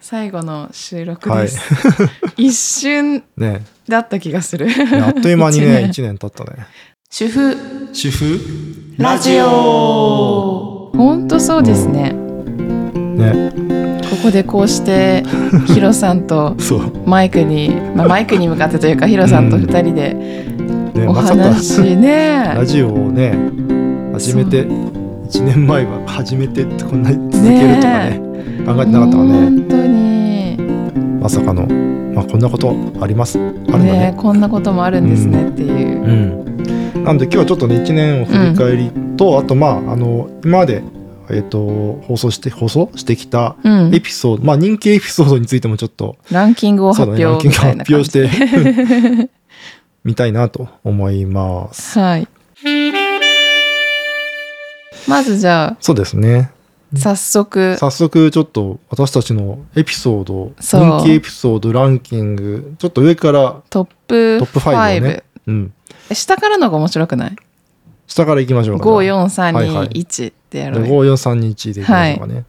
最後の収録です、 一瞬 ねだった気がするねあっという間に一ね年1年経ったね主婦主婦ラジオほんとそうですねねここでこうしてヒロさんとそうマイクに、まあ、マイクに向かってというかヒロさんとうん2人でねおまさか話ねラジオをね始めて1年前は始めてってこんなに続けるとかね考えてなかったわね本当にまさかの、まあ、こんなことありますあるんだねねこんなこともあるんですねっていう、うんなんで今日はちょっとね1年を振り返りと、あとまああの今まで、えっと放送して放送してきたうんエピソード、まあ人気エピソードについてもちょっとランキングをそう発だ表ねランキンみグたいな感発表じしで、て みたいなと思いますはいまずじゃそうですねあ早速早速ちょっと私たちのエピソードそう人気エピソードランキングちょっと上から、トップトップ5をね5、うん、下からの方が面白くない下からいきましょうか、はいはい ?54321 ってやろうよ、 5431でいきましょうかね、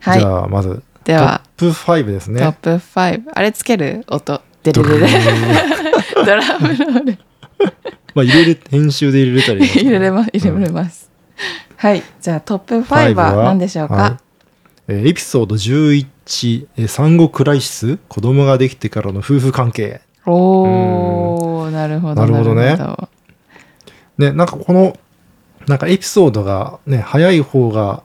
はいじゃあまずではトップ5ですトッねプ5あれつける音ででででドルーンドラムロール まあ入れる編集で入れれたり入れれます入れれます、はいじゃあトップ5は何でしょうか、はいえーエピソード11、えー産後クライシス子供ができてからの夫婦関係おーなるほどなるほどねなるほどねなんかこのなんかエピソードがね早い方が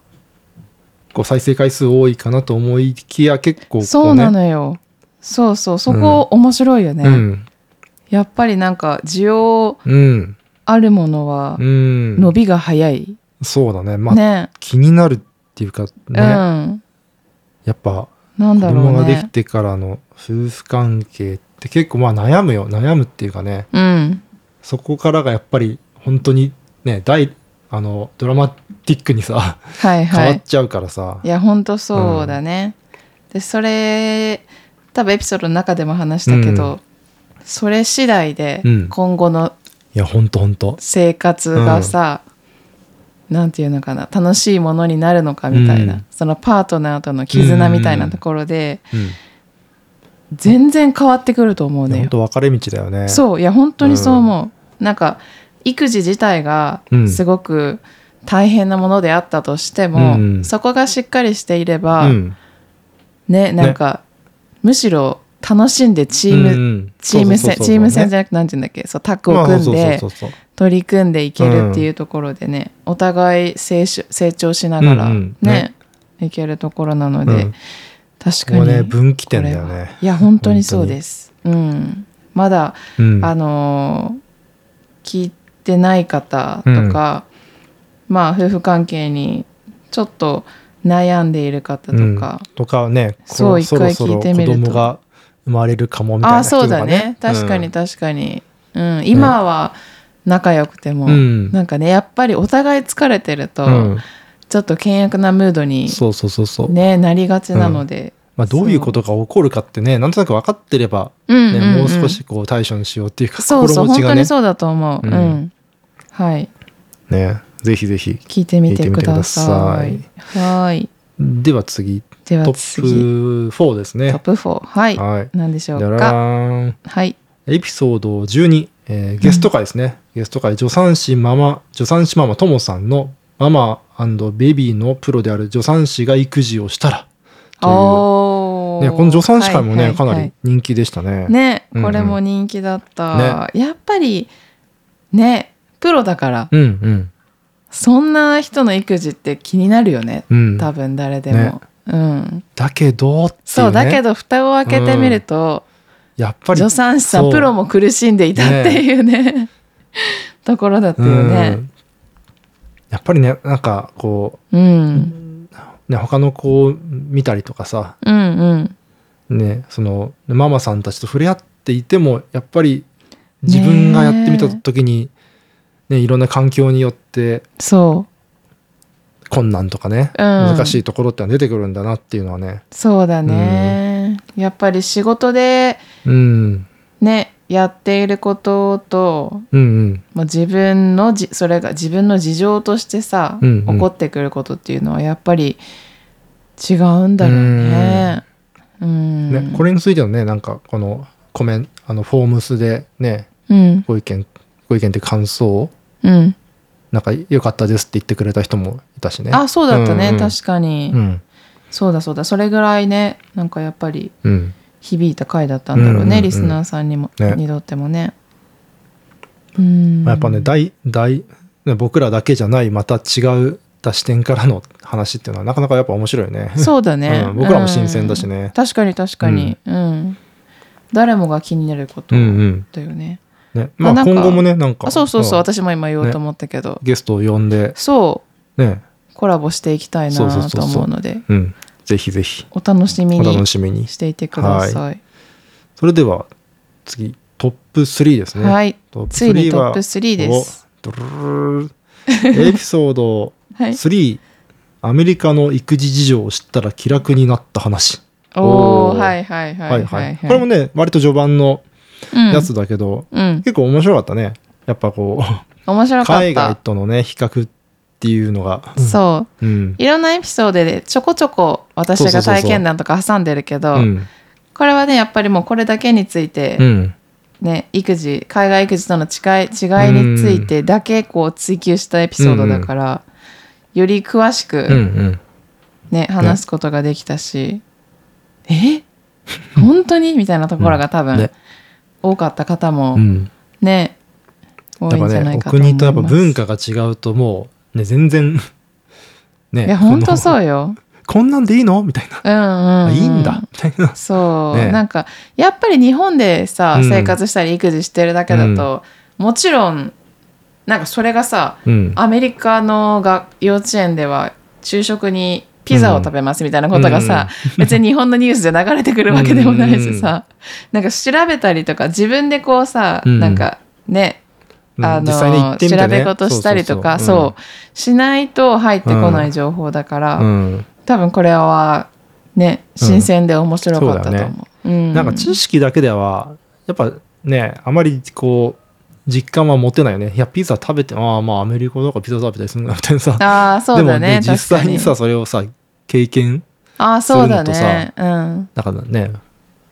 こう再生回数多いかなと思いきや結構こう、ね、そうなのよそうそうそこ面白いよね、うんやっぱりなんか需要うんあるものはうん伸びが早い、そうだねまあ、ね気になるっていうかね、うやんっぱなん子だろうね供ができてからの夫婦関係って結構まあ悩むよ悩むっていうかねうんそこからがやっぱり本当にね大あのドラマティックにさはい変はわいっちゃうからさ、いやほんとそうだね、でそれ多分エピソードの中でも話したけど、それ次第でうん今後のいやほんとほんと生活がさ、なんていうのかな楽しいものになるのかみたいな、うんそのパートナーとの絆みたいなところで、うん、全然変わってくると思ういやねほんと別れ道だよねそういや本当にそう思う、なんか育児自体がうんすごく大変なものであったとしても、うんそこがしっかりしていれば、ん、ねなんか、むしろ楽しんでチーム、ムチーム戦チーム戦じゃゃなくてなんていうんだっけそうタッグを組んでそうそうそうそう取り組んでいけるっていうところでね、お互い成長成長しながらうんね,、うんねいけるところなので、うん確こかこにね分岐点だよこれはねいや本当にそうですうんまだ、うんあのー聞いてない方とか、まあ夫婦関係にちょっと悩んでいる方とか、とかねこそう一回そろそろ聞いてみると子供が生まれるかもみたいあなあ人そとうだね確かに確かに、うん今は仲良くても、うんなんかねやっぱりお互い疲れてると、うんうんちょっと険悪なムードに、そうそうそうそう、ね、なりがちなので、まあ、どういうことが起こるかってねなんとなく分かってれば、うんねうんうんもう少しこう対処にしようっていうかそうそう、心持本ち当がねにそうだと思う、ううんんはいねぜひぜひ聞いてみてくださ聞いいてみてはいでは次ではト次ップ4ですトねップ4はい、はい何でしょだうらかーんはいエピソード12、えーゲスト会ですね、ゲスト会助産師ママ助産師ママともさんのママベビーのプロである助産師が育児をしたらとおいう、ね、この助産師会もね、はいはいはいかなり人気でしたねねうんうんこれも人気だった、やっぱりねプロだから、うんうんそんな人の育児って気になるよねうん多分誰でも、ねうんだけどっていう、ね、そうだけど蓋を開けてみると、やっぱり助産師さそんうプロも苦しんでいたっていうね ところだったようねんやっぱりねなんかこうん、うん、う、ね、他の子を見たりとかさうんね、そのママさんたちと触れ合っていてもやっぱり自分がやってみた時に、ねいろんな環境によってそ困難とかね、うん難しいところってのは出てくるんだなっていうのはね、うそうだね、やっぱり仕事でうん、ねやっていることと、うんうんまあ、自分のじそれが自分の事情としてさ、うんうん起こってくることっていうのはやっぱり違うんだろうね。ね、これについてのねなんかこのコメンあのフォームスでねうんご意見ご意見って感想をうんなんか良かったですって言ってくれた人もいたしねあそうだったね、うんうん確かに、うんそうだそうだそれぐらいねなんかやっぱりうん響いた回だったんだろうね、うんうんうんリスナーさんにも、ねにとってもねうん、まあ、やっぱね大大ね僕らだけじゃないまた違うた視点からの話っていうのはなかなかやっぱ面白いよねそうだね、うん僕らも新鮮だしね確かに確かにうん、誰もが気になることうんうんだよね、ねままあなあんか今後もねなんかあそうそうそう、ん私も今言おうと思ったけど、ゲストを呼んでそうねコラボしていきたいそうそうそうなそとう思うのでうんぜひぜひお楽しみお楽にしみにしていてくださいそれでは次トップ3ですねはい、トップついに3トッはプ3ですおドゥルルルルエピソードはい3アメリカの育児事情を知ったら気楽になった話おおおーはいはいはいはいはいこれもね割と序盤のうんやつだけど、うん結構面白かったねやっぱこう面白かっ海外たとのね比較っていうのが、そううんいろんなエピソードでちょこちょこ私そうそうがそうそう体験談とか挟んでるけどうんこれはねやっぱりもうこれだけについて、うんね、育児海外育児との違い違いについてだけこう追求したエピソードだから、より詳しうんうく、んね話すことができたし、え本当にみたいなところが多分、ね多かった方うもんね、多いんじやゃっぱなねいおかと思いま国す。とやっぱ文化が違うともうね 全然ねいや本当このそうよ。こんなんでいいのみたいな、うんうん、うん、あいいんだみたいなそう、ねなんかやっぱり日本でさうん生活したり育児してるだけだと、もちろんなんかそれがさうんアメリカのが幼稚園では昼食にピザを食べますみたいなことがさ、別に日本のニュースで流れてくるわけでもないしさ、なんか調べたりとか自分でこうさ、うんなんかねうんあの実際に行ってみて、ね、調べ事したりとかそうそうしないと入ってこない情報だから、そううんうん多分これはね新鮮で面白かったとそうだよね思う。うんなんか知識だけではやっぱねあまりこう実感は持てないよねいやピザ食べてああまあアメリカとかピザ食べたりするんだみたいなさ、ああそうでもだねね実際にさそれをさ経験ああそうだするのねうんだからね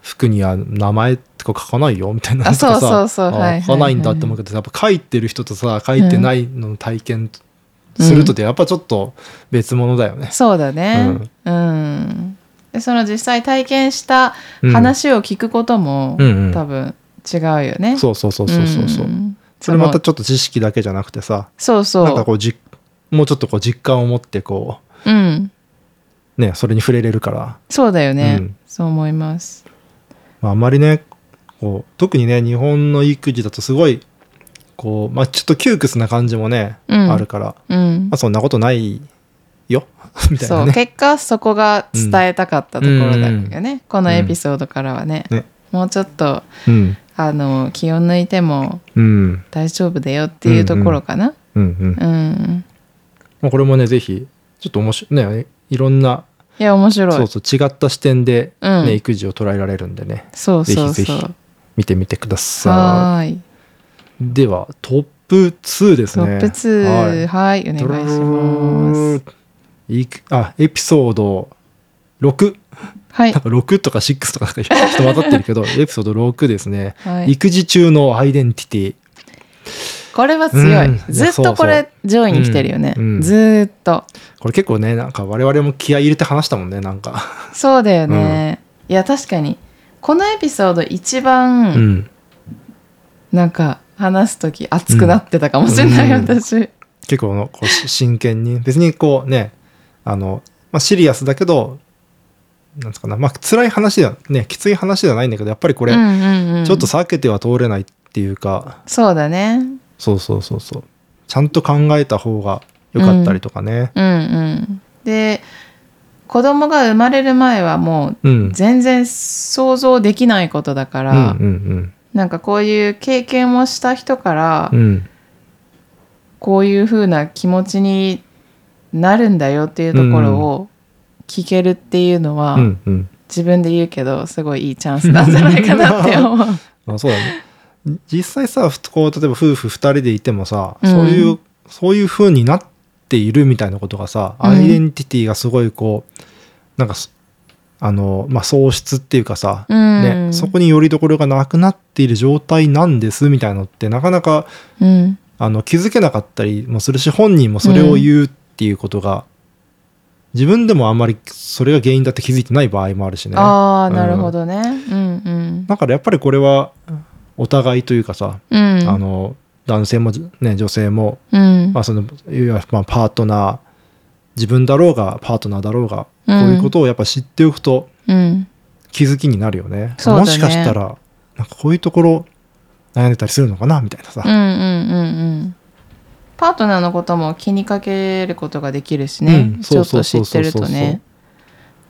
服には名前とか書かないよみたいなあとかそさうそうそうあはいはい書かないんだって思うけどやっぱ書いてる人とさ書いてないのの体験するとってやっぱちょっと別物だよね。そうだねうんでその実際体験した話を聞くこともうんうん多分違うよねそうそうそうそうそうそう。んそれまたのちょっと知識だけじゃなくてさそうなんかそこうじもうちょっとこう実感を持ってこううんうねそれに触れれるから、そうだよねうんそう思いますまあ、あんまりねこう特にね日本の育児だとすごいこう、まあ、ちょっと窮屈な感じもね、うんあるから、うんまあ、そんなことないよ みたいそなうね。結果そこが伝えたかったところだよねこのエピソードからはねねもうちょっとうんあの気を抜いてもうん大丈夫だよっていうところかなうんううんんまあ、これもねぜひちょっと面白いねいろんないや面白いそうそう違った視点で、ねうん育児を捉えられるんでねそうそうぜひそぜう。見てみてくださはーい。いではトップ2ですトねップ2、はいはい、お願いします。いくあエピソード6はいなん。か6とか6とかなんか人混ざってるけど エピソード6ですね、はい、育児中のアイデンティティこれは強い、うんずっとこれ上位に来てるよね、うんうんずーっとこれ結構ねなんか我々も気合い入れて話したもんねなんかそうだよね、いや確かにこのエピソード一番、うんなんか話す時熱くなってたかもしれない、うん私結構のこうし真剣に別にこうねあの、まあ、シリアスだけどなんつうかなまあ辛い話ではねきつい話ではないんだけどやっぱりこれ、うんうんうんちょっと避けては通れないっていうかそうだねそうそうそうそうちゃんと考えた方が良かったりとかねうんうんで子供が生まれる前はもうん、う全然想像できないことだかうら、んうんなんかこういう経験をした人から、うんうんこういう風な気持ちになるんだよっていうところを聞けるっていうのは、うんうん自分で言うけどすごいいいチャンスなんじゃないかなって思う。あそうだね実際さふこう例えば夫婦2人でいてもさ、うんそういうそういう風になっているみたいなことがさ、うんアイデンティティがすごいこうなんかすあの、まあ、喪失っていうかさ、うんね、そこによりどころがなくなっている状態なんですみたいなのってなかなかうんあの気づけなかったりもするし本人もそれを言うっていうことが、自分でもあんまりそれが原因だって気づいてない場合もあるしねああなるうんほどね。うんだからやっぱりこれはお互いというかさ、うん。うんあの男性も、ね、女性も、うんまあ、そのいわゆるまあパートナー自分だろうがパートナーだろうがこううんいうことをやっぱ知っておくとうん気づきになるよね。そうだねもしかしたらなんかこういうところ悩んでたりするのかなみたいなさ。うんうんうんうん。パートナーのことも気にかけることができるしねう。んちそょうっそとう知そうっそてうるとね。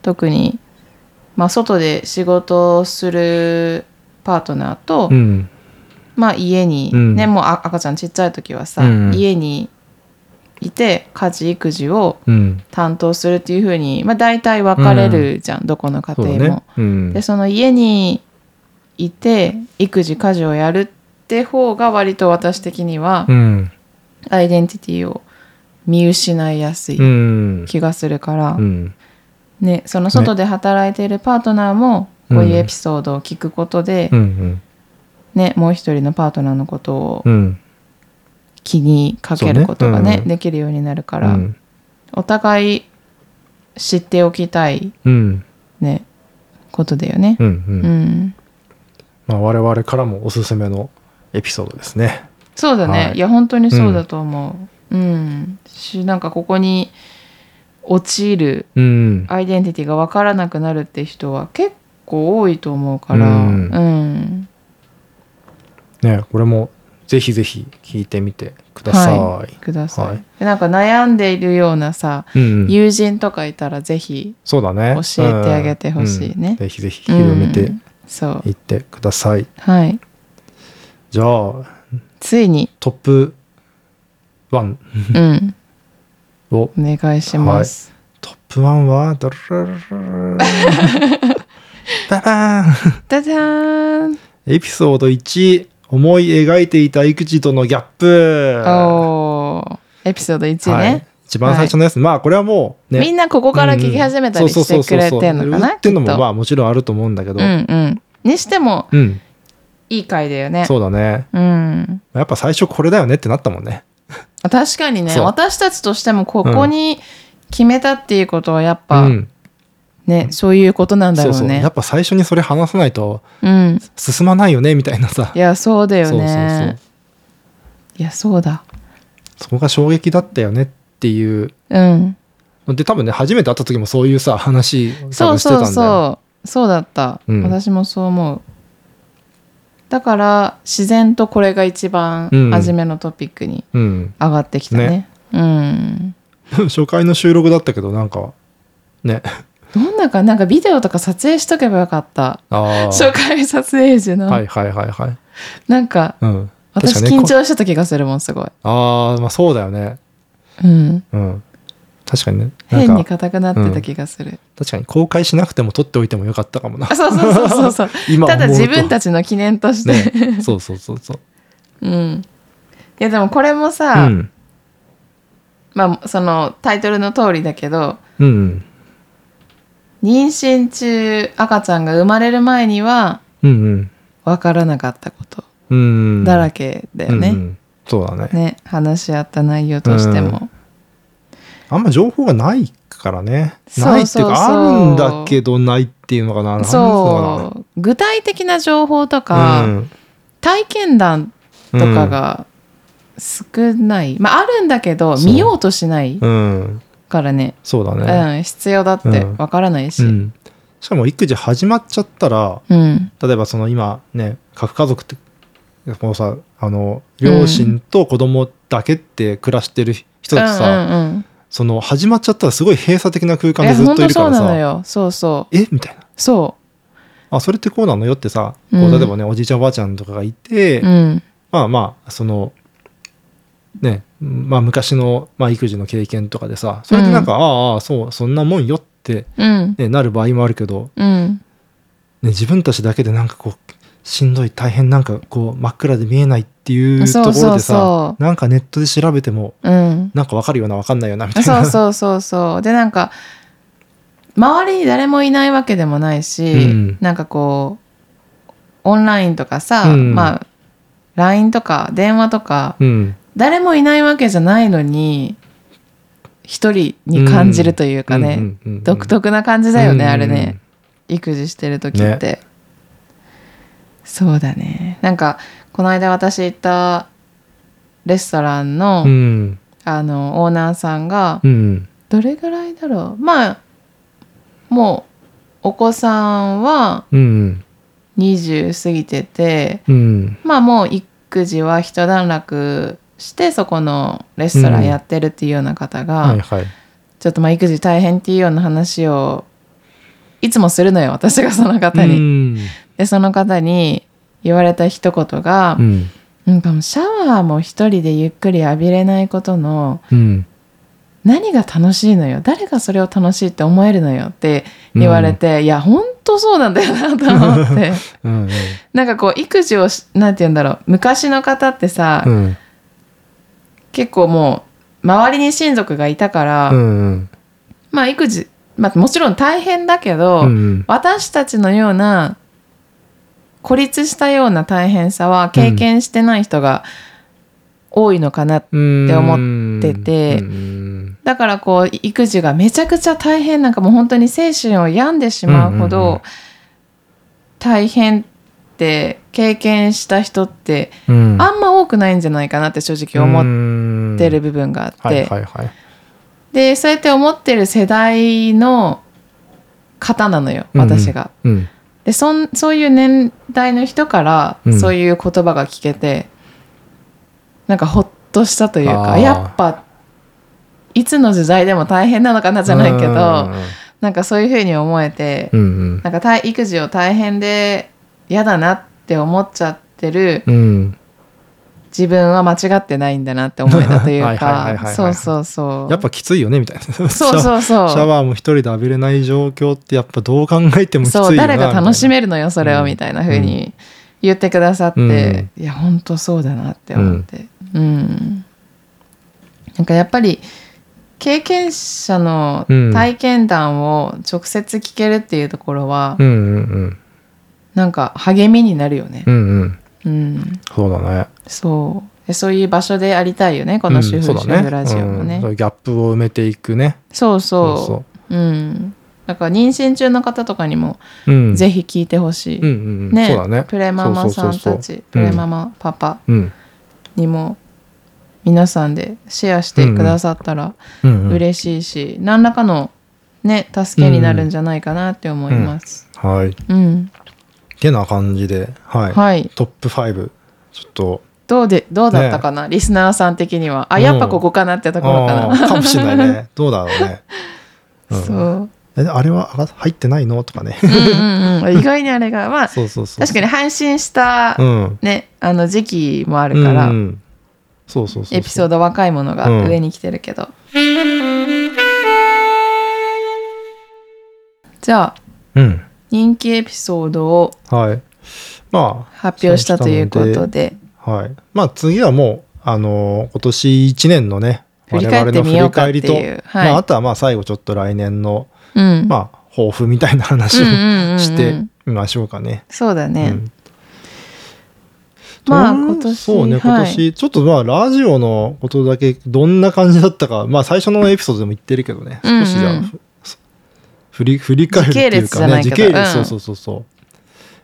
特に、まあ、外で仕事をするパートナーと、うんまあ、家に、うんねもうあ赤ちゃんちっちゃい時はさ、うん家にいて家事育児をうん担当するっていうふうに、まあ、大体分かれるじゃん、どこの家そうだ庭も。ね。うんでその家にいて育児家事をやるって方が割と私的にはうんアイデンティティを見失いやすいうん気がするから、うんね、その外で働いているパートナーもこういうエピソードを聞くことで、うんね、もう一人のパートナーのことをうん気にかけることがそうねねうんできるようになるかうら、んお互い知っておきたいうんねことだよね。うんううんんまあ我々からもおすすめのエピソードですね。そうだね、はいい、や本当にそうだと思う。うん、しなんかここに陥るうんアイデンティティが分からなくなるって人は結構多いと思うから、ううんんねこれもぜひぜひ聞いてみてください。はい、ください、はいでなんか悩んでいるようなさうんうん友人とかいたらぜひ、そうだね。教えてあげてほしいねうんうんぜひぜひ広めうてんそういってください。はいじゃあついに、トップ1うん、をお願いします、トップ1はダラララララババーンダダーンエピソード1思い描いていた育児とのギャップおーエピソード1はねい、一番最初のやつ、まあこれはもうねみんなここから聞き始めたりしてくれてんのかな売ってんのきっもとまあもちろんあると思うんだけど、うんうんにしてもうんいい回だよねそうだねうんやっぱ最初これだよねってなったもんね確かにねそう私たちとしてもここに決めたっていうことはやっぱ、うんねそういうことなんだそろううそうねやっぱ最初にそれ話さないとうん進まないよねみたいなさいやそうだよねそうそうそういやそうだそこが衝撃だったよねっていううんで多分ね初めて会った時もそういうさ話多そう分してたんだそようそうそうだった、うん私もそう思うだから自然とこれが一番うん初めのトピックにうん、 上がってきたね,、ねうん初回の収録だったけどなんかねどんなかなんかビデオとか撮影しとけばよかったあ初あ回撮影時の、はいはいはいはい、なんかうん、確私かね緊張してた気がするもんすごい、ああまあそうだよねうん、うん確かにねなん変にか硬くなってた気がする、確かに公開しなくても撮っておいてもよかったかもなあそうそうそうそうそう 今ただ自分ちたちの記念として、 ねそうそうそうそううんいやでもこれもうさ、んまあそのタイトルの通りだけどうん妊娠中赤ちゃんが生まれる前にはうんうん分からなかったことうんだらけだよね、うんうんそうだねね話し合った内容としても、あんま情報がないからねそうそうそうないっていうかあるんだけどないっていうのかななんつうのそう具体的な情報とかなか、体験談とかが少ない、まああるんだけどそう見ようとしないうん、うんからねそうだうね、ん、必要だってうんわからないし、ううんん、しかも育児始まっちゃったらうん例えばその今ね核家族ってこのさあの両親と子供だけって暮らしてる人だとさ、うんうんうん、その始まっちゃったらすごい閉鎖的な空間いでやずっ本と当いるそかうらなのさよそうそえみたいなうそあそれってこうなのよってさうこんう例えばね、おじいちゃんおばあちゃんとかがいて、ううんまあまあそのねまあ昔の、まあ、育児の経験とかでさそれでなんか、ああああそうそんなもんよって、うんね、なる場合もあるけど、うんね、自分たちだけでなんかこうしんどい大変なんかこう真っ暗で見えないっていうとこそろうそうでさそなんかネットで調べてもうん なんかわかるようなわかんないようなみたいそうな。そうそうそうでなんか周りに誰もいないわけでもないし、うんなんかこうオンラインとかさ、うんまあ LINE とか電話とか うん誰もいないわけじゃないのに一人に感じるというかね、うんうんうんうん独特な感じだよね、うんあれね育児してる時って、そうだねなんかこの間私行ったレストランの,、うんあのオーナーさんが、うんどれぐらいだろうまあもうお子さんはうん20過ぎててうんまあもう育児は一段落してそこのレストランやってるっていうような方が、はいはいちょっとまあ育児大変っていうような話をいつもするのよ 私がその方に。うんでその方に言われた一言がう、んなんかもうシャワーも一人でゆっくり浴びれないことのうん何が楽しいのよ誰がそれを楽しいって思えるのよって言われて、いや本当そうなんだよなと思って うんなんかこう育児をしなんて言うんだろう昔の方ってさ、うん結構もう周りに親族がいたから、うんまあ育児、まあ、もちろん大変だけど、うん私たちのような孤立したような大変さは経験してない人が多いのかな、うんって思っててうんだからこう育児がめちゃくちゃ大変なんかもう本当に精神を病んでしまうほうんうんうんど大変って経験した人ってうんあんま多くないんじゃないかなって正直思思ってる部分があって、はいはいはいでそうやって思ってる世代の方なのよ私が。うんでそんそういう年代の人からうんそういう言葉が聞けて、なんかほっとしたというあかーやっぱいつの時代でも大変なのかなじゃないけどなんかそういうふうに思えて、うんうんなんか大育児を大変で嫌だなって思っちゃってるうん自分は間違ってないんだなって思えたというはいはいはいはいはかいそうそうそうやっぱきついよねみたいなそうそうそうシャワーも一人で浴びれない状況ってやっぱどう考えてもきついよなそう誰が楽しっめるのよそれをうんみたいな風に言ってくださって、いや本当そうだなって思ってうん、なんかやっぱり経験者のうん体験談を直接聞けるっていうところは、うんうんうんなんか励みになるよねうんうんうんそうだねそうでそういう場所でありたいよねこの主婦うん主そうだね婦ラジオもね、うんそういうギャップを埋めていくねそうそうそううんだから妊娠中の方とかにもそううんぜひ聞いてほしい、うんうんうんねそうだねプレママさんたそうそうそうちそうプレママパパうんにも皆さんでシェアしてくださったらうんうん嬉しいし、何らかのね助けになるんじゃないかなって思います。はいっうん、てな感じではいはいトップ5ちょっとどうでどうだったかな、リスナーさん的にはあうんやっぱここかなってところかな。あーかもしれないねどうだろうねう んそう、えあれはあ入ってないのと かねうんうんうん、意外にあれがまあ そうそうそう確かに配信した、うんねあの時期もあるから、うんうんそうそうそうそうエピソード若いものが上に来てるけど、じゃあうん人気エピソードをはいま発表したというこそとうであはいまあ次はもうあのー今年1年のね振り返ってみようかって我々の振りい返りうと、はい、まあ、あとはまあ最後ちょっと来年の、うんまあ、抱負みたいな話をうんうんうんうんしてみましょうかね。そうだね、うんまあどん今年そうねはい今年、ちょっとまあラジオのことだけどんな感じだったかまあ最初のエピソードでも言ってるけどねうんうん少しじゃあ、ふ振り振り返るっていうかね時系列じゃないけどうんそうそうそうそう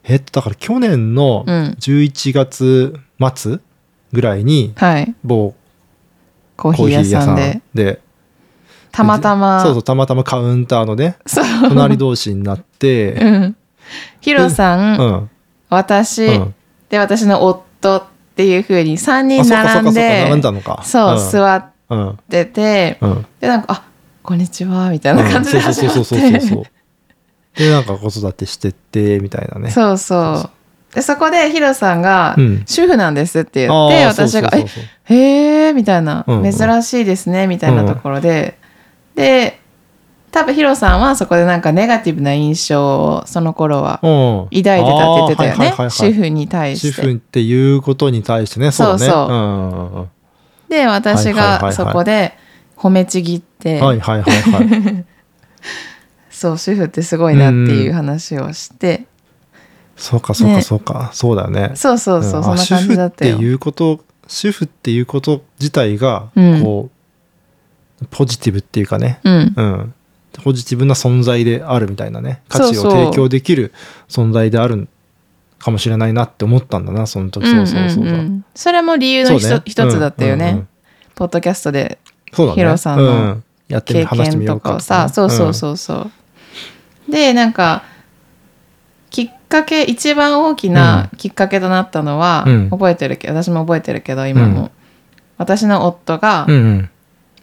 えっとだから去年のうん11月末ぐらいにはい某コーヒコーーヒー屋屋ささんんででたまたまそうそうたまたまカウンターのねそう隣同士になってうんヒロさん、うん私、うんで私の夫っていうふうに3人あそうかそうか並んそうかで並んだのかそう、座っうんうんてて、うんでなんか「あこんにちは」みたいな感じでうん始そうまそうっそうそうそうそうて でなんか子育てしてってみたいなねそうそうでそこでヒロさんがうん「主婦なんです」って言あってー私が「そうえそうそうそうへえ」みたいなうんう「ん珍しいですね」みたいなところでで多分ヒロさんはそこでなんかネガティブな印象をその頃はうん抱いてたって言ってたよあーはいはいねはいはい主婦に対主し婦て。っていうことに対してねそうだねそうそうんうんうんで私はいはいはいはがいそこで褒めちぎって はいはいはいはいそう主婦ってすごいなっていう話をして、そうかそうかねそうか、そうだよねそうそうそう、んそんあな感じだった主よ婦っていうこと主婦っていうこと自体がうんこう、ポジティブっていうかね、うんうん、ポジティブな存在であるみたいなね価値そをうそう提供できる存在であるかもしれないなって思ったんだなその時、そうそうそうんうそううんそれも理由そのうひねと一つだったよね、うんうんポッドキャストでそうだねヒロさんのうんやってみ経話してみ験ようとかかをさ、そうそうそうそう、でなんかきっかけ一番大きなきっかけとなったのは、うん覚えてるけど私も覚えてるけど今も、うん私の夫が、うん、うんうん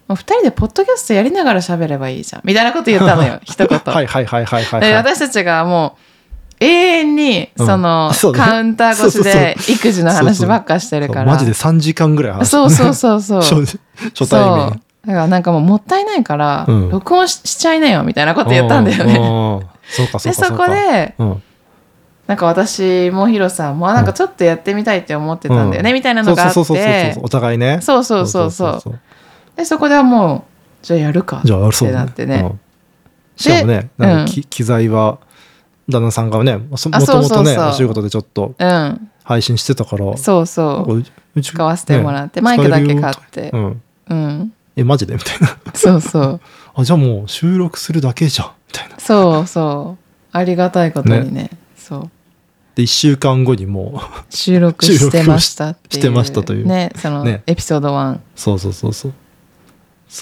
もう2人でポッドキャストやりながら喋ればいいじゃんみたいなこと言ったのよ一言、 はいはいはいはいはい、はいで私たちがもう永遠にうんその、そうねカウンター越しでそう育児の話ばっかしてるそうからマジで3時間ぐらい話してそうそうそうそう 初初対そう面だからなんかもうもったいないから、うん録音ししちゃいなよみたいなこと言ったんだよね。ねそう かそうでかそうこかでうんなんか私もヒロさんもあなんかちょっとやってみたいって思ってたんだよね、うみたいなのがあってそうそうそうそうそうそお互いねうそうそうそううでそこではもうじゃあやるかっじゃあそうてなってねうんしかもねでなんかき機材は旦那さんがねもともあそうそうそとうねお仕事でちょっとうん配信してたからそうなんそかうううち使わせてもらって、マイクだけ買ってねうんうん、えマジでみたいなそうそうあじゃあもう収録するだけじゃんみたいなそうそうありがたいことにねそうで1週間後にもう収録してましたっていう収録してましたというねそのねエピソード1そう そうそうそう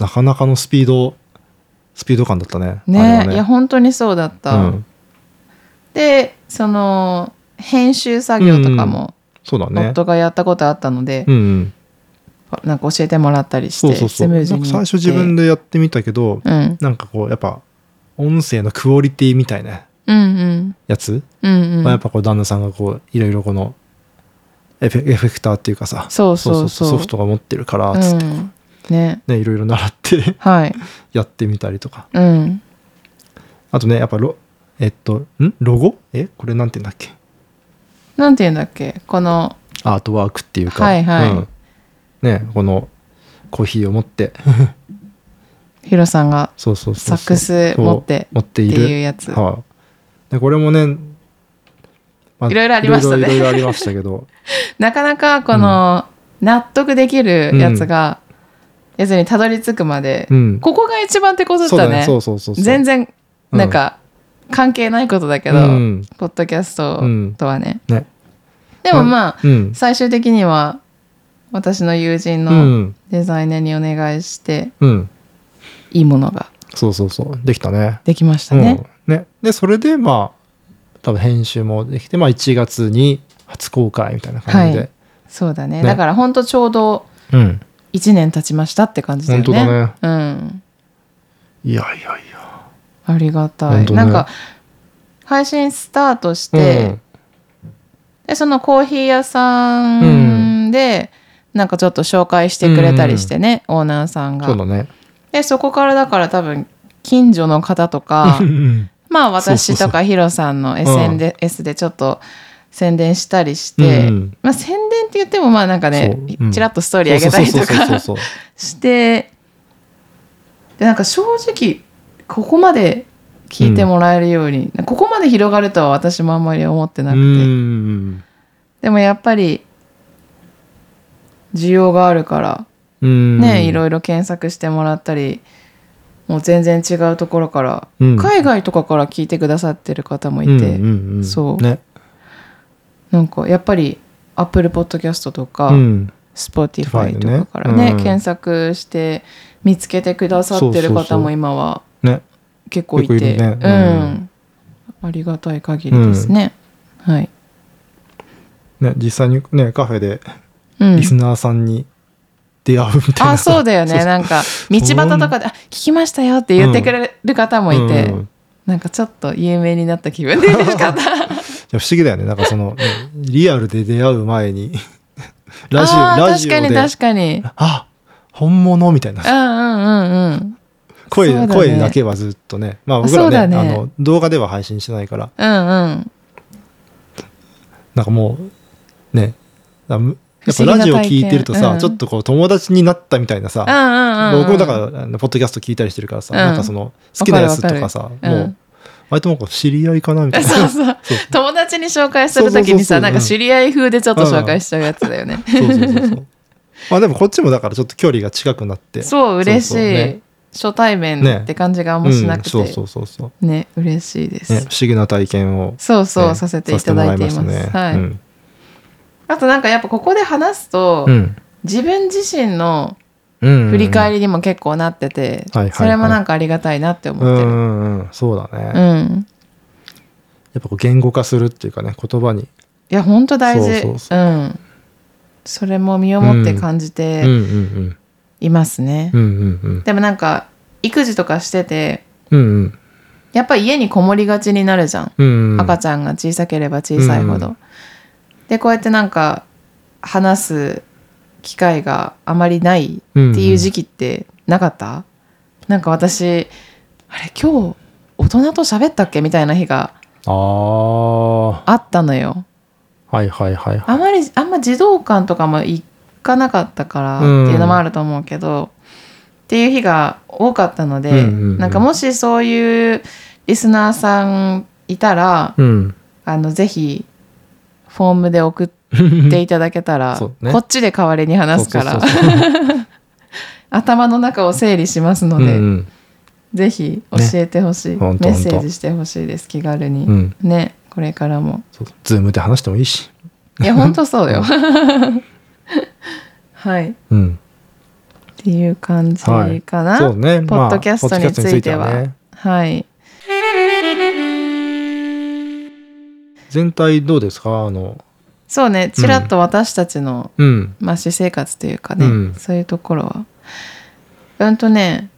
なかなかのスピードスピード感だったねあれねはねいや本当にそうだった、うんでその編集作業とかもそうだね夫がやったことあったので、うんうんなんか教えてもらったりしそうてそうそスうムなーんズかに最初自分で、でやってみたけどうん、なんかこうやっぱ音声のクオリティみたいなうんうんやつうんうんまあやっぱこう旦那さんがこういろいろこのエフェエフェクターっていうかさそうそうそそううソフトが持ってるからつってうんねねいろいろ習って はいやってみたりとかうんあとねやっぱロえっとんロゴえこれなんて言うんだっけなんて言うんだっけこのアートワークっていうかはいはいうんねこのコーヒーを 持ってヒロさんがそうそうそうそうサックス持って持ってっいてるいうやつはい、でこれもね、まいろいろありましたねいろいろいろいろありました けどなかなかこの納得できるやつが、やつにたどり着くまで、うんここが一番ってことそうだだねねそうそうそうそう全然なんか関係ないことだけど、うんポッドキャストとはね、ねでもまあ、うん最終的には私の友人うのんデザイナーにお願いしてうんいいものがそうそうそうできたねできましたね、うん、ねでそれでまあ多分編集もできて、まあ、1月に初公開みたいな感じで、はいそうだねねだからほんとちょうどうん1年経ちましたって感じだよね本当だねうんいやいやいやありがた本い、当ねなんか配信スタートして、でそのコーヒー屋さんで、なんかちょっと紹介してくれたりしてね、オーナーさんうん、がそうだねでそこからだから多分近所の方とか まあ私そうそうとそかヒロさんの SNS でちょっと宣伝したりしうて、んまあ、宣伝って言ってもまあなんかねそううんちらっとストーリー上げたりとそうかそうそうそうそうしてでなんか正直ここまで聞いてもらえるように、ここまで広がるとは私もあんまり思ってなうくて、んでもやっぱり需要があるからうんね、いろいろ検索してもらったりもう全然違うところから、うん海外とかから聞いてくださってる方もいて、うんうんうん、そうねなんかやっぱり Apple Podcast とか、うん、 Spotify とねかからねうん検索して見つけてくださってるそうそうそ方うも今はね結構いて結構いるねううんん、ありがたい限りですね、はい、ね実際にねカフェでうんリ、スナーさんに出会うみたいな、あそうだよねなんか道端とかで「あ聞きましたよ」って言ってくれる方もいて、うんうんなんかちょっと有名になった気分で 嬉しかったいや不思議だよねなんかそ の、ねリアルで出会う前にラジオあーラジオで確かに確かに。あ本物みたいなうんうんうんうん。声そうだね声だけはずっとねまあ僕らそうねだねあの動画では配信してないからうんうん。なんかもうねだむやっぱ不思議ラなジオ体験聞いてるとさ、うんちょっとこう友達になったみたいなさ、うんうんうんうん。僕もだからあのポッドキャスト聞いたりしてるからさ、うんなんかその好きなやつとかさ、わかるわかるもうあれともなんか知り合いかなみたいな。そうそうそう友達に紹介するときにそうそうそうそさうなんか知り合い風でちょっと紹介しちゃうやつだよね そうそうそうそう。まあでもこっちもだからちょっと距離が近くなって。そう嬉しいそうそうね初対面ねって感じがあんましなくて、うんそうそうそうそう。ね嬉しいです、ね、不思議な体験を、ねそうそう、させていただいていますさせもらはい、まあとなんかやっぱここで話すと、したねうん自分自身のうん振り返りりにも結構なってて、はいはいはいそれもなんかありがたいなって思ってるうんうんうんそうだね、うやん、っぱこう言語化するっていうかね言葉に、いやほんと大事そうそうそんそれも身をもって感じうんてうんいますね、うんうんうんでもなんか育児とかしててうんうんやっぱり家にこもりがちになるじゃん、うんうん赤ちゃんが小さければ小さいほど、うんうんでこうやってなんか話す機会があまりないゃんっていう時期ってなかった、なんか私あれ今日大人と喋ったっけみたいな日がああはあったのよいはいはいはいあまりあんま児童館とかも行かなかったからっていうのもあると思うけど、っていう日が多かったので、うんうんうんなんかもしそういうリスナーさんいたら、うんあのぜひフォームで送っていただけたら、そうねこっちで代わりに話すからそうそうそうそう頭の中を整理しますの うで、んぜひ教えてほしい、ほんとメッほんとセージしてほしいです気軽に、うんうんねこれから もそうズームで話してもいいしいやほんとそうよ はいっうんていう感じかな、そうねポッドキャストについてはまあポッドキャストについねはい全体どうですかあのそうねちらっと私たちの、うんまあ、私生活というかね、うんそういうところはうんとね、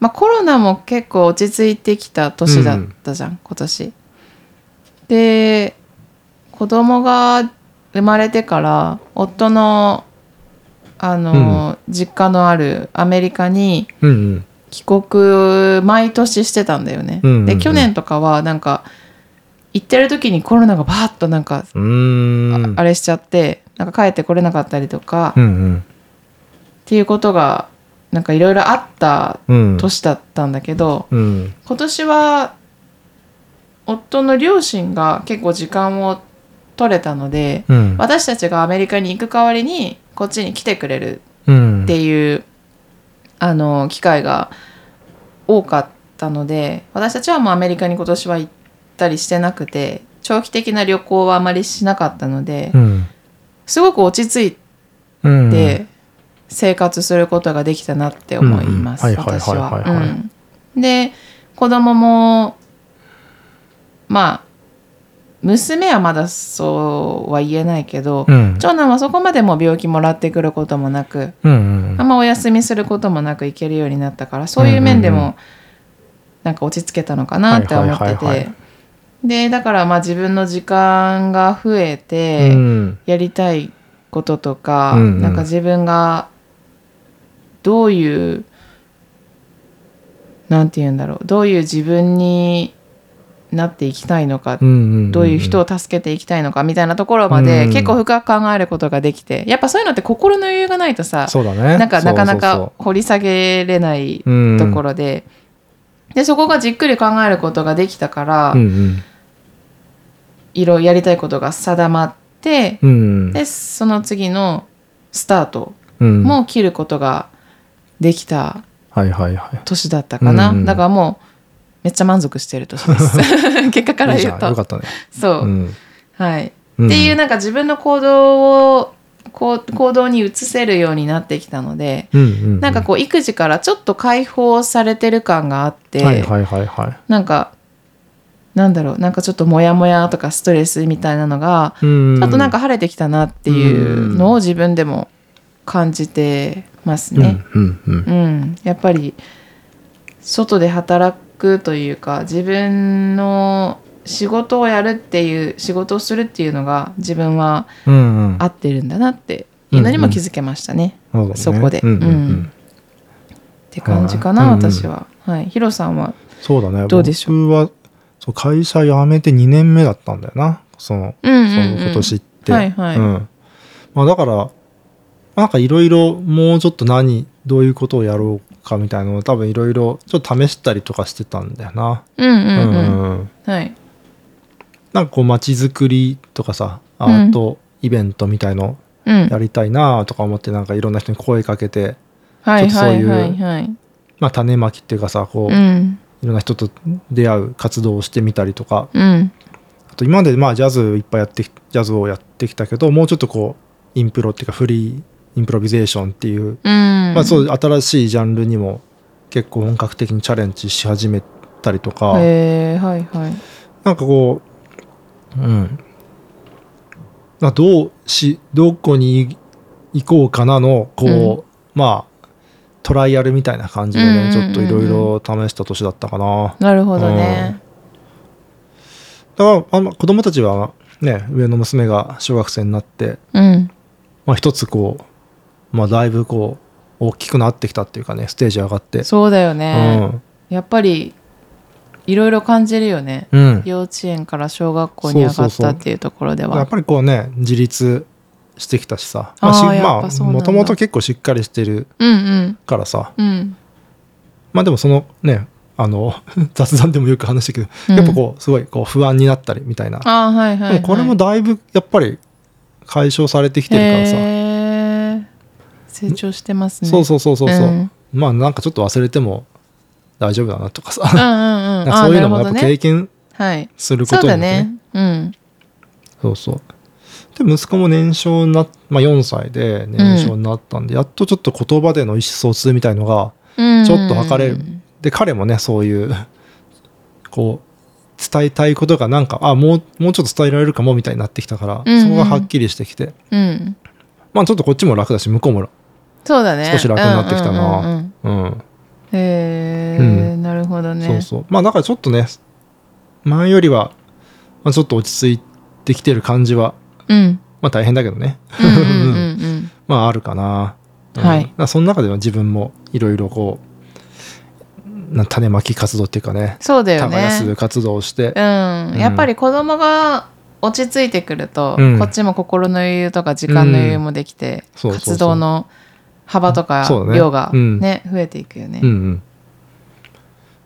まあ、コロナも結構落ち着いてきた年だったじゃん、今年で子供が生まれてから夫のあの、実家のあるアメリカにうんうん帰国毎年してたんだよね、うんうんうんで去年とかはなんか行ってる時にコロナがバーッとなんか、うーんあれしちゃってなんか帰ってこれなかったりとか、うんうんっていうことがなんかいろいろあったうん年だったんだけど、うん今年は夫の両親が結構時間を取れたので、うん私たちがアメリカに行く代わりにこっちに来てくれるうんっていう、あの機会が多かったので私たちはもうアメリカに今年は行ったりしてなくて長期的な旅行はあまりしなかったので、うんすごく落ち着いてうんで生活することができたなって思います、うんうんはいはい私はいはいははい。うんで子供もまあ娘はまだそうは言えないけど、うん長男はそこまでもう病気もらってくることもなくうんうんあんまお休みすることもなく行けるようになったからそういう面でうんうんうもなんか落ち着けたのかなって思ってはいはいはいてはでだからまあ自分の時間が増えて、うんやりたいこととか、うんうんなんか自分がどういうなんて言うんだろうどういう自分になっていきたいのか、うんんんどういう人を助けていきたいのかみたいなところまうんでうん結構深く考えることができてやっぱそういうのって心の余裕がないとさ、そうだねなんかなかなそうか掘り下げれないそうそうところで、でそこがじっくり考えることができたから、うんうんいろいろやりたいことが定まって、うんでその次のスタートうんも切ることができたはいはいはい年だったかな、うんだからもうめっちゃ満足してる年です 結果からいいじ言ゃうんとよかったねそう、うんはい、うんっていうなんか自分の行動をこう行動に移せるようになってきたのでうんうんうんなんかこう育児からちょっと解放されてる感があって、はいはいはいはなんかなんだろうなんかちょっとモヤモヤとかストレスみたいなのがいうんちょっとなんか晴れてきたなっていうのを自分でも感じてますね。うんうんうん、やっぱり外で働くというか自分の仕事をやるっていう仕事をするっていうのが自分はうんうんうん合ってるんだなっていうのにも気づけましたね、そうだねそこでうんうんううんんって感じかな、はいうんうん私は。はい、ヒロさんはそうだねどうでしょ僕はそう会社辞めて2年目だったんだよなそのうんうんそのうん今年って。はいはいうんまあ、だからなんかいろいろもうちょっと何どういうことをやろうかみたいなのを多分いろいろちょっと試したりとかしてたんだよな。うんうんうん。うんはい。なんかこう街づくりとかさアうんートイベントみたいのうん。やりたいなとか思ってなんかいろんな人に声かけて、はいはいちょっとはそういいはい。まあ、種まきっていうかさこう、ういん。ろんな人と出会う活動をしてみたりとかうん。あと今までまあジャズいっぱいやってきジャズをやってきたけどもうちょっとこうインプロっていうかフリーインプロビゼーションっていううん。まあ、そう新しいジャンルにも結構本格的にチャレンジし始めたりとか、へえはいはい。なんかこう、うん、まあどうしどこに行こうかなのこう、うまあトライアルみたいな感じでうんうんうんうねんちょっといろいろ試した年だったかななるほどね。だからあんま子供たちはね上の娘が小学生になって、うん。まあ、一つこう、まあ、だいぶこう大きくなってきたっていうかねステージ上がってそうだようね。んやっぱり、いろいろ感じるよね。うん、幼稚園から小学校に上そがうっそうそたうっていうところでやっは。ぱりこうね自立してきたしさあーましやっぱまそあうなんだもともと結構しっかりしてるうんからさうん。うん。まあでもそのねあの 雑談でもよく話したけど、うんやっぱこうすごいこう不安になったりみたいな、ああ、はいはい、はでい。もこれもだいぶやっぱり解消されてきてるからさ、へー成長してますね。そうそうそうそうそう、うんまあなんかちょっと忘れても大丈夫だなとかさ、うんうんうん。なんかそういうのもあーやなるほどっぱね経験はい。するそこうとによだってねね。うん。そうそう。で、息子も年少になっ、まあ、4歳で年少になったんで、やっとちょっと言葉での意思疎通みたいのが、うんちょっと測れる。で、彼もね、そういう、こう、伝えたいことがなんか、あ、もう、もうちょっと伝えられるかもみたいになってきたから、うんうんそこがはっきりしてきて、うん。まあちょっとこっちも楽だし、向こうも、そうだね。少し楽になってきたなうんうんうんうんうん、へうえ、なるほどね。そうそう。まあだからちょっとね、前よりは、まあ、ちょっと落ち着いてきてる感じは、うん。まあ大変だけどね。うんうんうん うん。まああるかな。うんはいだからその中では自分もいろいろこう、な種まき活動っていうかね、そうだよ耕すね。活動をしてう、ん。やっぱり子供が落ち着いてくると、うんこっちも心の余裕とか時間の余裕もできて、そうそうそう活動の幅とかそうだね量がうんね、増えていくよね。うんうん。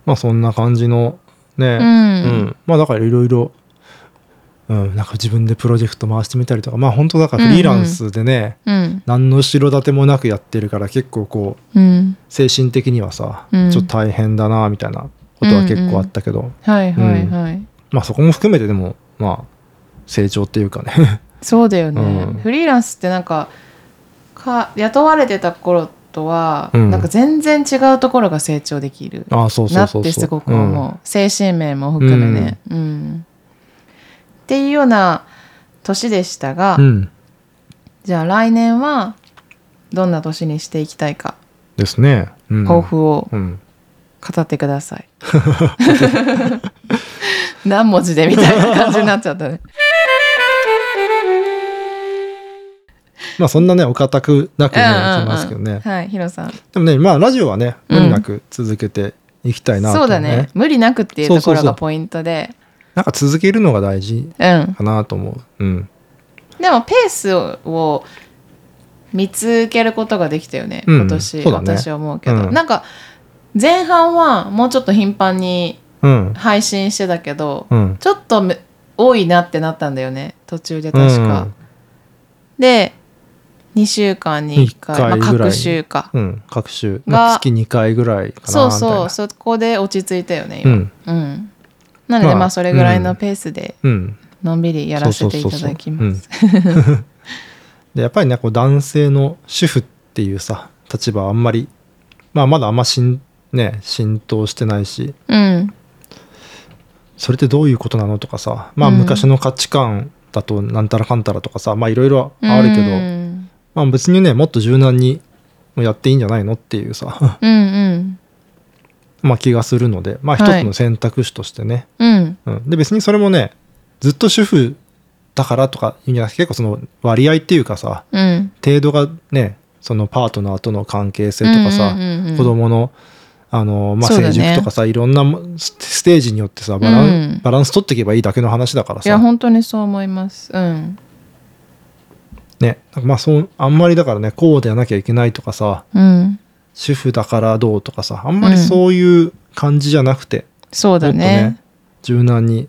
まあそんな感じのうね、うんん。まあだからいろいろ、うん、なんか自分でプロジェクト回してみたりとか、まあ本当だからフリーランスでね、うん。何の後ろ盾もなくやってるから結構こう、うん。精神的にはさ、うんちょっと大変だなみたいなことは結構あったけど、はいはいはい。まあそこも含めてでも、まあ成長っていうかね。そうだよね、うんフリーランスってなんかか雇われてた頃とは、うんなんか全然違うところが成長できるああそうそなうっそうそうてすごく思う、精神面も含めね、うんっていうような年でしたが、うん、うんじゃあ来年はどんな年にしていきたいかですね、うん、抱負をうん語ってくださ い、何文字でみたいな感じになっちゃった ねまあそんなねお堅くなくうねんいうんうんきますけどね、はいヒロさんでもねまあラジオはね無理なく続けていきたいなと、そうだね無理なくっていうとそころうそうそうがポイントでなんか続けるのが大事うんかなと思ううんでもペースを見つけることができたよね、うん今年そうだね私は思うけど、うんなんか前半はもうちょっと頻繁にうん配信してたけど、うんちょっとむ多いなってなったんだよね途中で確か、で2週間に1回一回まあ、ぐらい各週か、うん、うん、各週、まあ、が月2回ぐらいかなそうそみうたそこで落ち着いたよねいな今うんうん、なのでまあまあそれぐらいのペースでうんのんびりやらせていただきます、でやっぱりねこう男性の主婦っていうさ立場はあんまりまあまだあんましんね浸透してないしうんそれってどういうことなのとかさまあうん昔の価値観だとなんたらかんたらとかさまあいろいろあるけど、うんまあ別にねもっと柔軟にもうやっていいんじゃないのっていうさ うんうんまあ気がするのでまあ一はいつの選択肢としてね、うんうん、で別にそれもねずっと主婦だからとかいうんじゃなくて結構その割合っていうかさうん程度がねそのパートナーとの関係性とかうさ、んうんうんうん子供のあの、まあ、そうだ成ね熟とかさ、いろんなもスステージによってさバラン、うんバランス取っていけばいいだけの話だからいやさ、本当にそう思いますうんね、まあそうあんまりだからねこうではなきゃいけないとかさうん主婦だからどうとかさあんまりそういう感じじゃなくて、そうだもっねと。柔軟に、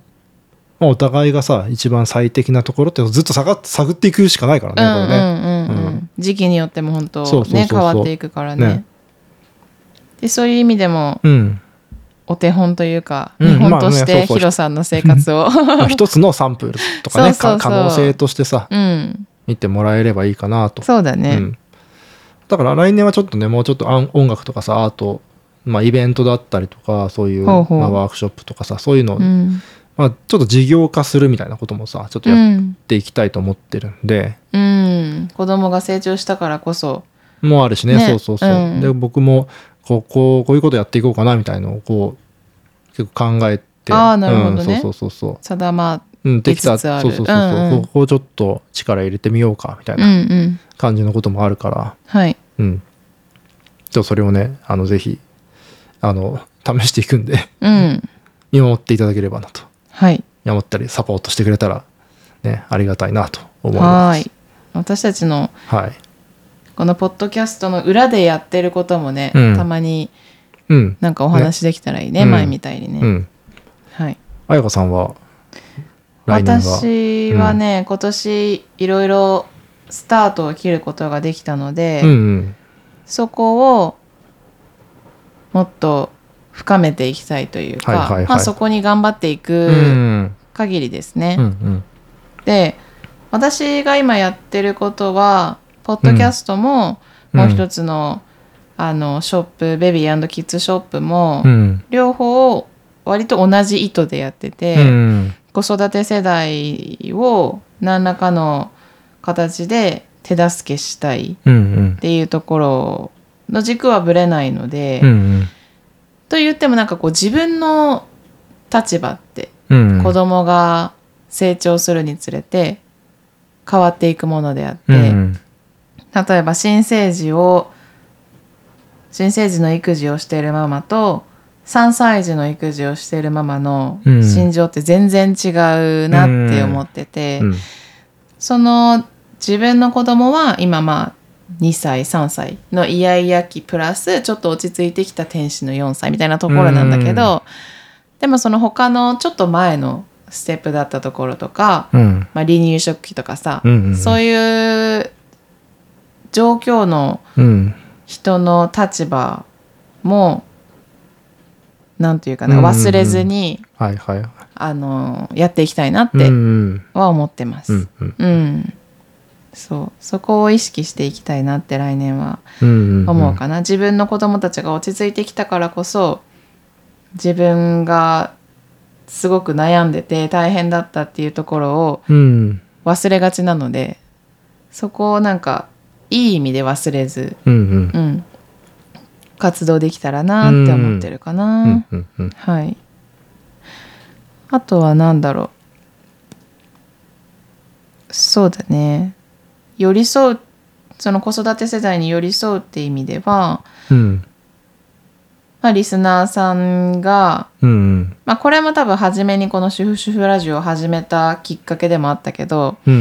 まあ、お互いがさ一番最適なところってずっと探っ探っていくしかないからうね,、んこれねうんうんう。うん時期によっても本当そうそうそうねそう変わっていくからねね。でそういう意味でも うんお手本というかうん日本としまあねそてうそうヒロさんの生活 をまあ、一つのサンプルとかねそうそうそうか可能性としてさうん見てもらえればいいかなとそうだうね。ん、だから来年はちょっとねもうちょっとあん音楽とかさアート、まあ、イベントだったりとかそういうほうほうまあ、ワークショップとかさそういうのを、うんまあ、ちょっと事業化するみたいなこともさちょっとうやっんていきたいと思ってるんで、うん子供が成長したからこそもうあるしねねそうそうそう、うんで僕もこうこうこういうことやっていこうかなみたいのをこう結構考えてあーなるほどねうん、そうそうそうそ定まう、うん、できたできつつあるそうそうそうそう、うんうんここをちょっと力入れてみようかみたいうんなうん感じのこともあるから、はいうん。じゃあそれをね、あの、ぜひ、あの、試していくんで、 うん見守っていただければなと。はい見守ったり、サポートしてくれたら、ね、ありがたいなと思いはまーすい。私たちのはい。このポッドキャストの裏でやってることもね、うんたまにうん。なんかお話できたらいいねね前うんみたいにね、うん。はいあやかさんは、来年は。私はね、今年いろいろスタートを切ることができたので、うんうん。そこをもっと深めていきたいというか、はいはいはいまあ、そこに頑張っていうくん。限りですね。うんうん。で私が今やってることはポッドキャストも、うんもう一つのあのショップベビーキッズショップも、うん。両方割と同じ意図でやってて、うん。子育て世代を何らかの形で手助けしたいうんうんっ。ていうところの軸はぶれないので、うんと言ってもなんかこう自分の立場ってうん。子供が成長するにつれて変わっていくものであって、うん例えば新生児を新生児の育児をしているママと3歳児の育児をしているママのうん心情って全然違うなって思ってて、うん。その自分の子供は今まあ2歳3歳のイヤイヤ期プラスちょっと落ち着いてきた天使の4歳みたいなところなんだけど、でもその他のちょっと前のステップだったところとか、うん。まあ、離乳食期とかさ、うんうんそういう状況のうん。人の立場もなんというかなうんうんうん忘れずに、はいはい。っあのやっていきたいなっうてんは思ってます。うん。うんうん、そうそこを意識していきたいなって来年はうん。思うかな、自分の子供たちが落ち着いてきたからこそ自分がすごく悩んでて大変だったっていうところをうん。忘れがちなのでそこをなんかいい意味で忘れず、うんうん。うん、活動できたらなって思ってるかな、うんうんうん。はいあとは何だろうそうだね寄り添うその子育て世代に寄り添うって意味では、うん。まあ、リスナーさんが、うんまあ、これも多分初めにこの「主婦主婦ラジオ」を始めたきっかけでもあったけどうんう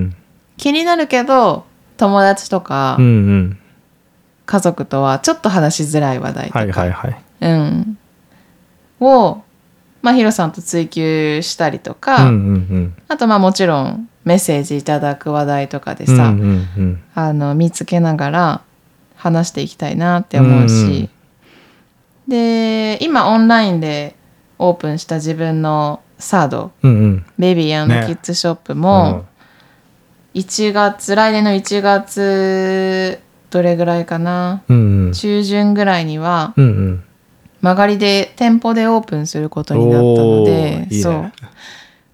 ん気になるけど友達とかうんうんうん家族とはちょっと話しづらい話題とか、はいはいはいうん、を、まあ、ヒロさんと追求したりとうか、んうんうんあとまあもちろんメッセージいただく話題とかでうんさ、うんうんあの見つけながら話していきたいなって思うし、で今オンラインでオープンした自分のサードうんうんベビーねキッズショップも1月、来年の1月どれぐらいかなうんうん中旬ぐらいにはうんうん曲がりで店舗でオープンすることになったのでおーいいねそう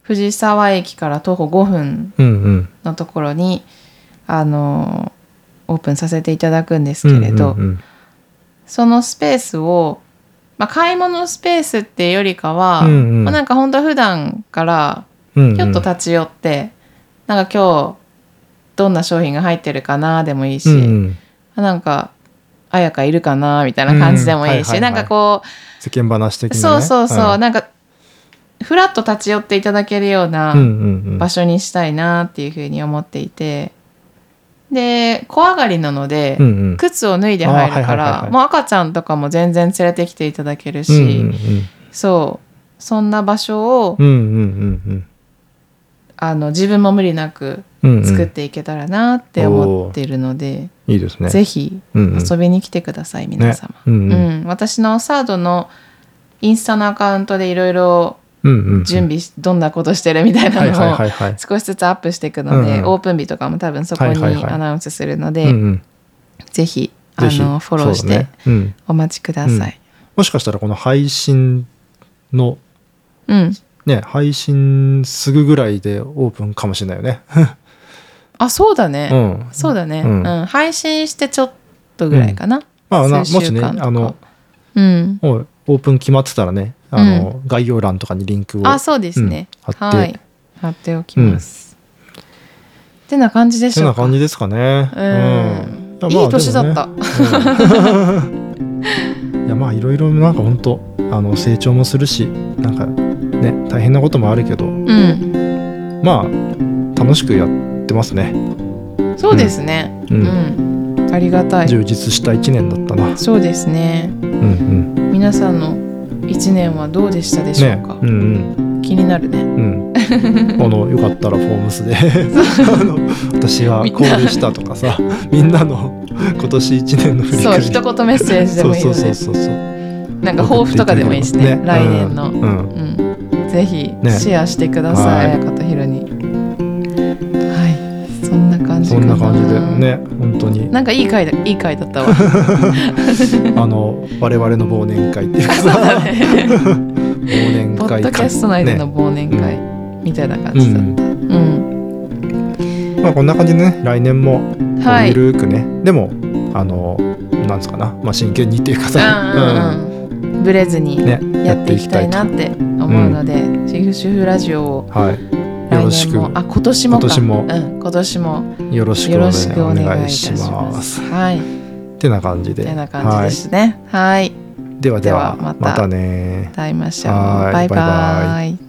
藤沢駅から徒歩5分うんうんのところにあのオープンさせていただくんですけれど、うんうんそのスペースを、まあ、買い物スペースっていうよりかは、うんうんまあ、なんか本当普段からうんちょっと立ち寄って、なんか今日どんな商品が入ってるかなでもいいし、うんうんなんか綾香いるかなみたいな感じでもいいし、うんはいはいはいなんかこう、世間話的なねそうそうそう、んなんかふらっと立ち寄っていただけるような、うんうんうん場所にしたいなっていうふうに思っていてで小上がりなので、うんうん靴を脱いで入るかあーはいはいはいはらいもう赤ちゃんとかも全然連れてきていただけるし、うんうんそうそんな場所を、うんうんうんうんあの自分も無理なくうんうん作っていけたらなって思っているので、いいですねぜひうんうん遊びに来てください、皆様、ねうんううん私のサードのインスタのアカウントでいろいろうんうんうん準備し、どんなことしてるみたいなはいはいのはをいはい少しずつアップしていくので、うんうんオープン日とかも多分そこはいはいにはいアナウンスするので、うんうんぜひあぜひのフォローしそうだてねうんお待ちください。もしかしたらこの配信のうんね配信すぐぐらいでオープンかもしれないよねあそうだね、うんそうだね、ううんん配信してちょっとぐらいかな、まあなも数週しね間とかあのうんもうオープン決まってたらねあの、概要欄とかにリンクをあそうですね、うん貼ってはい貼っておきます、ってな感じでしそんょなうか感じですかね。うんうんいい年だった、。まあでもねうん いやまあいろいろなんか本当あの成長もするしなんかね大変なこともあるけどうんまあ楽しくやってますね。そうですねううんん、ありがたい充実した一年だったな。そうですねうんうん。ね。皆さんの一年はどうでしたでしょうか、うん気になるね うんうん。あのよかったらフォームスで あの私がこうでしたとか さみんなの今年一年の振りそ返うり。一言メッセージでもいいそのうそうでそうそうそう。なんか抱負とかでもいいしね送来っていただければ年の、うんうんうん、ぜひねシェアしてください、はい綾方ひろに。はい、そんな感じそかな。んな感じで。ね本当になんかいい回だ、いい回だった わ。 あの我々の忘年会っていうかそうだね。忘年ポ会ッドキャスト内での忘年会みたいな感じだった。うん、ねまあこんな感じでね来年もこうはい。ゆうんるくね、でもあのなんですかなまあ真剣にっていうかさうんうん。ブレずにねやっていきたいなやっって思うので、主婦主婦ラジオをていきたいとはいよ来ろし年も、くあ、今年もか。今年もうん、今年もよろしくよろしくおお願いい願たいししまますす。はい。ってな感じでてな感じですね。はい。はい、ではではではまたまたね会いましょう。はいバイババイバイ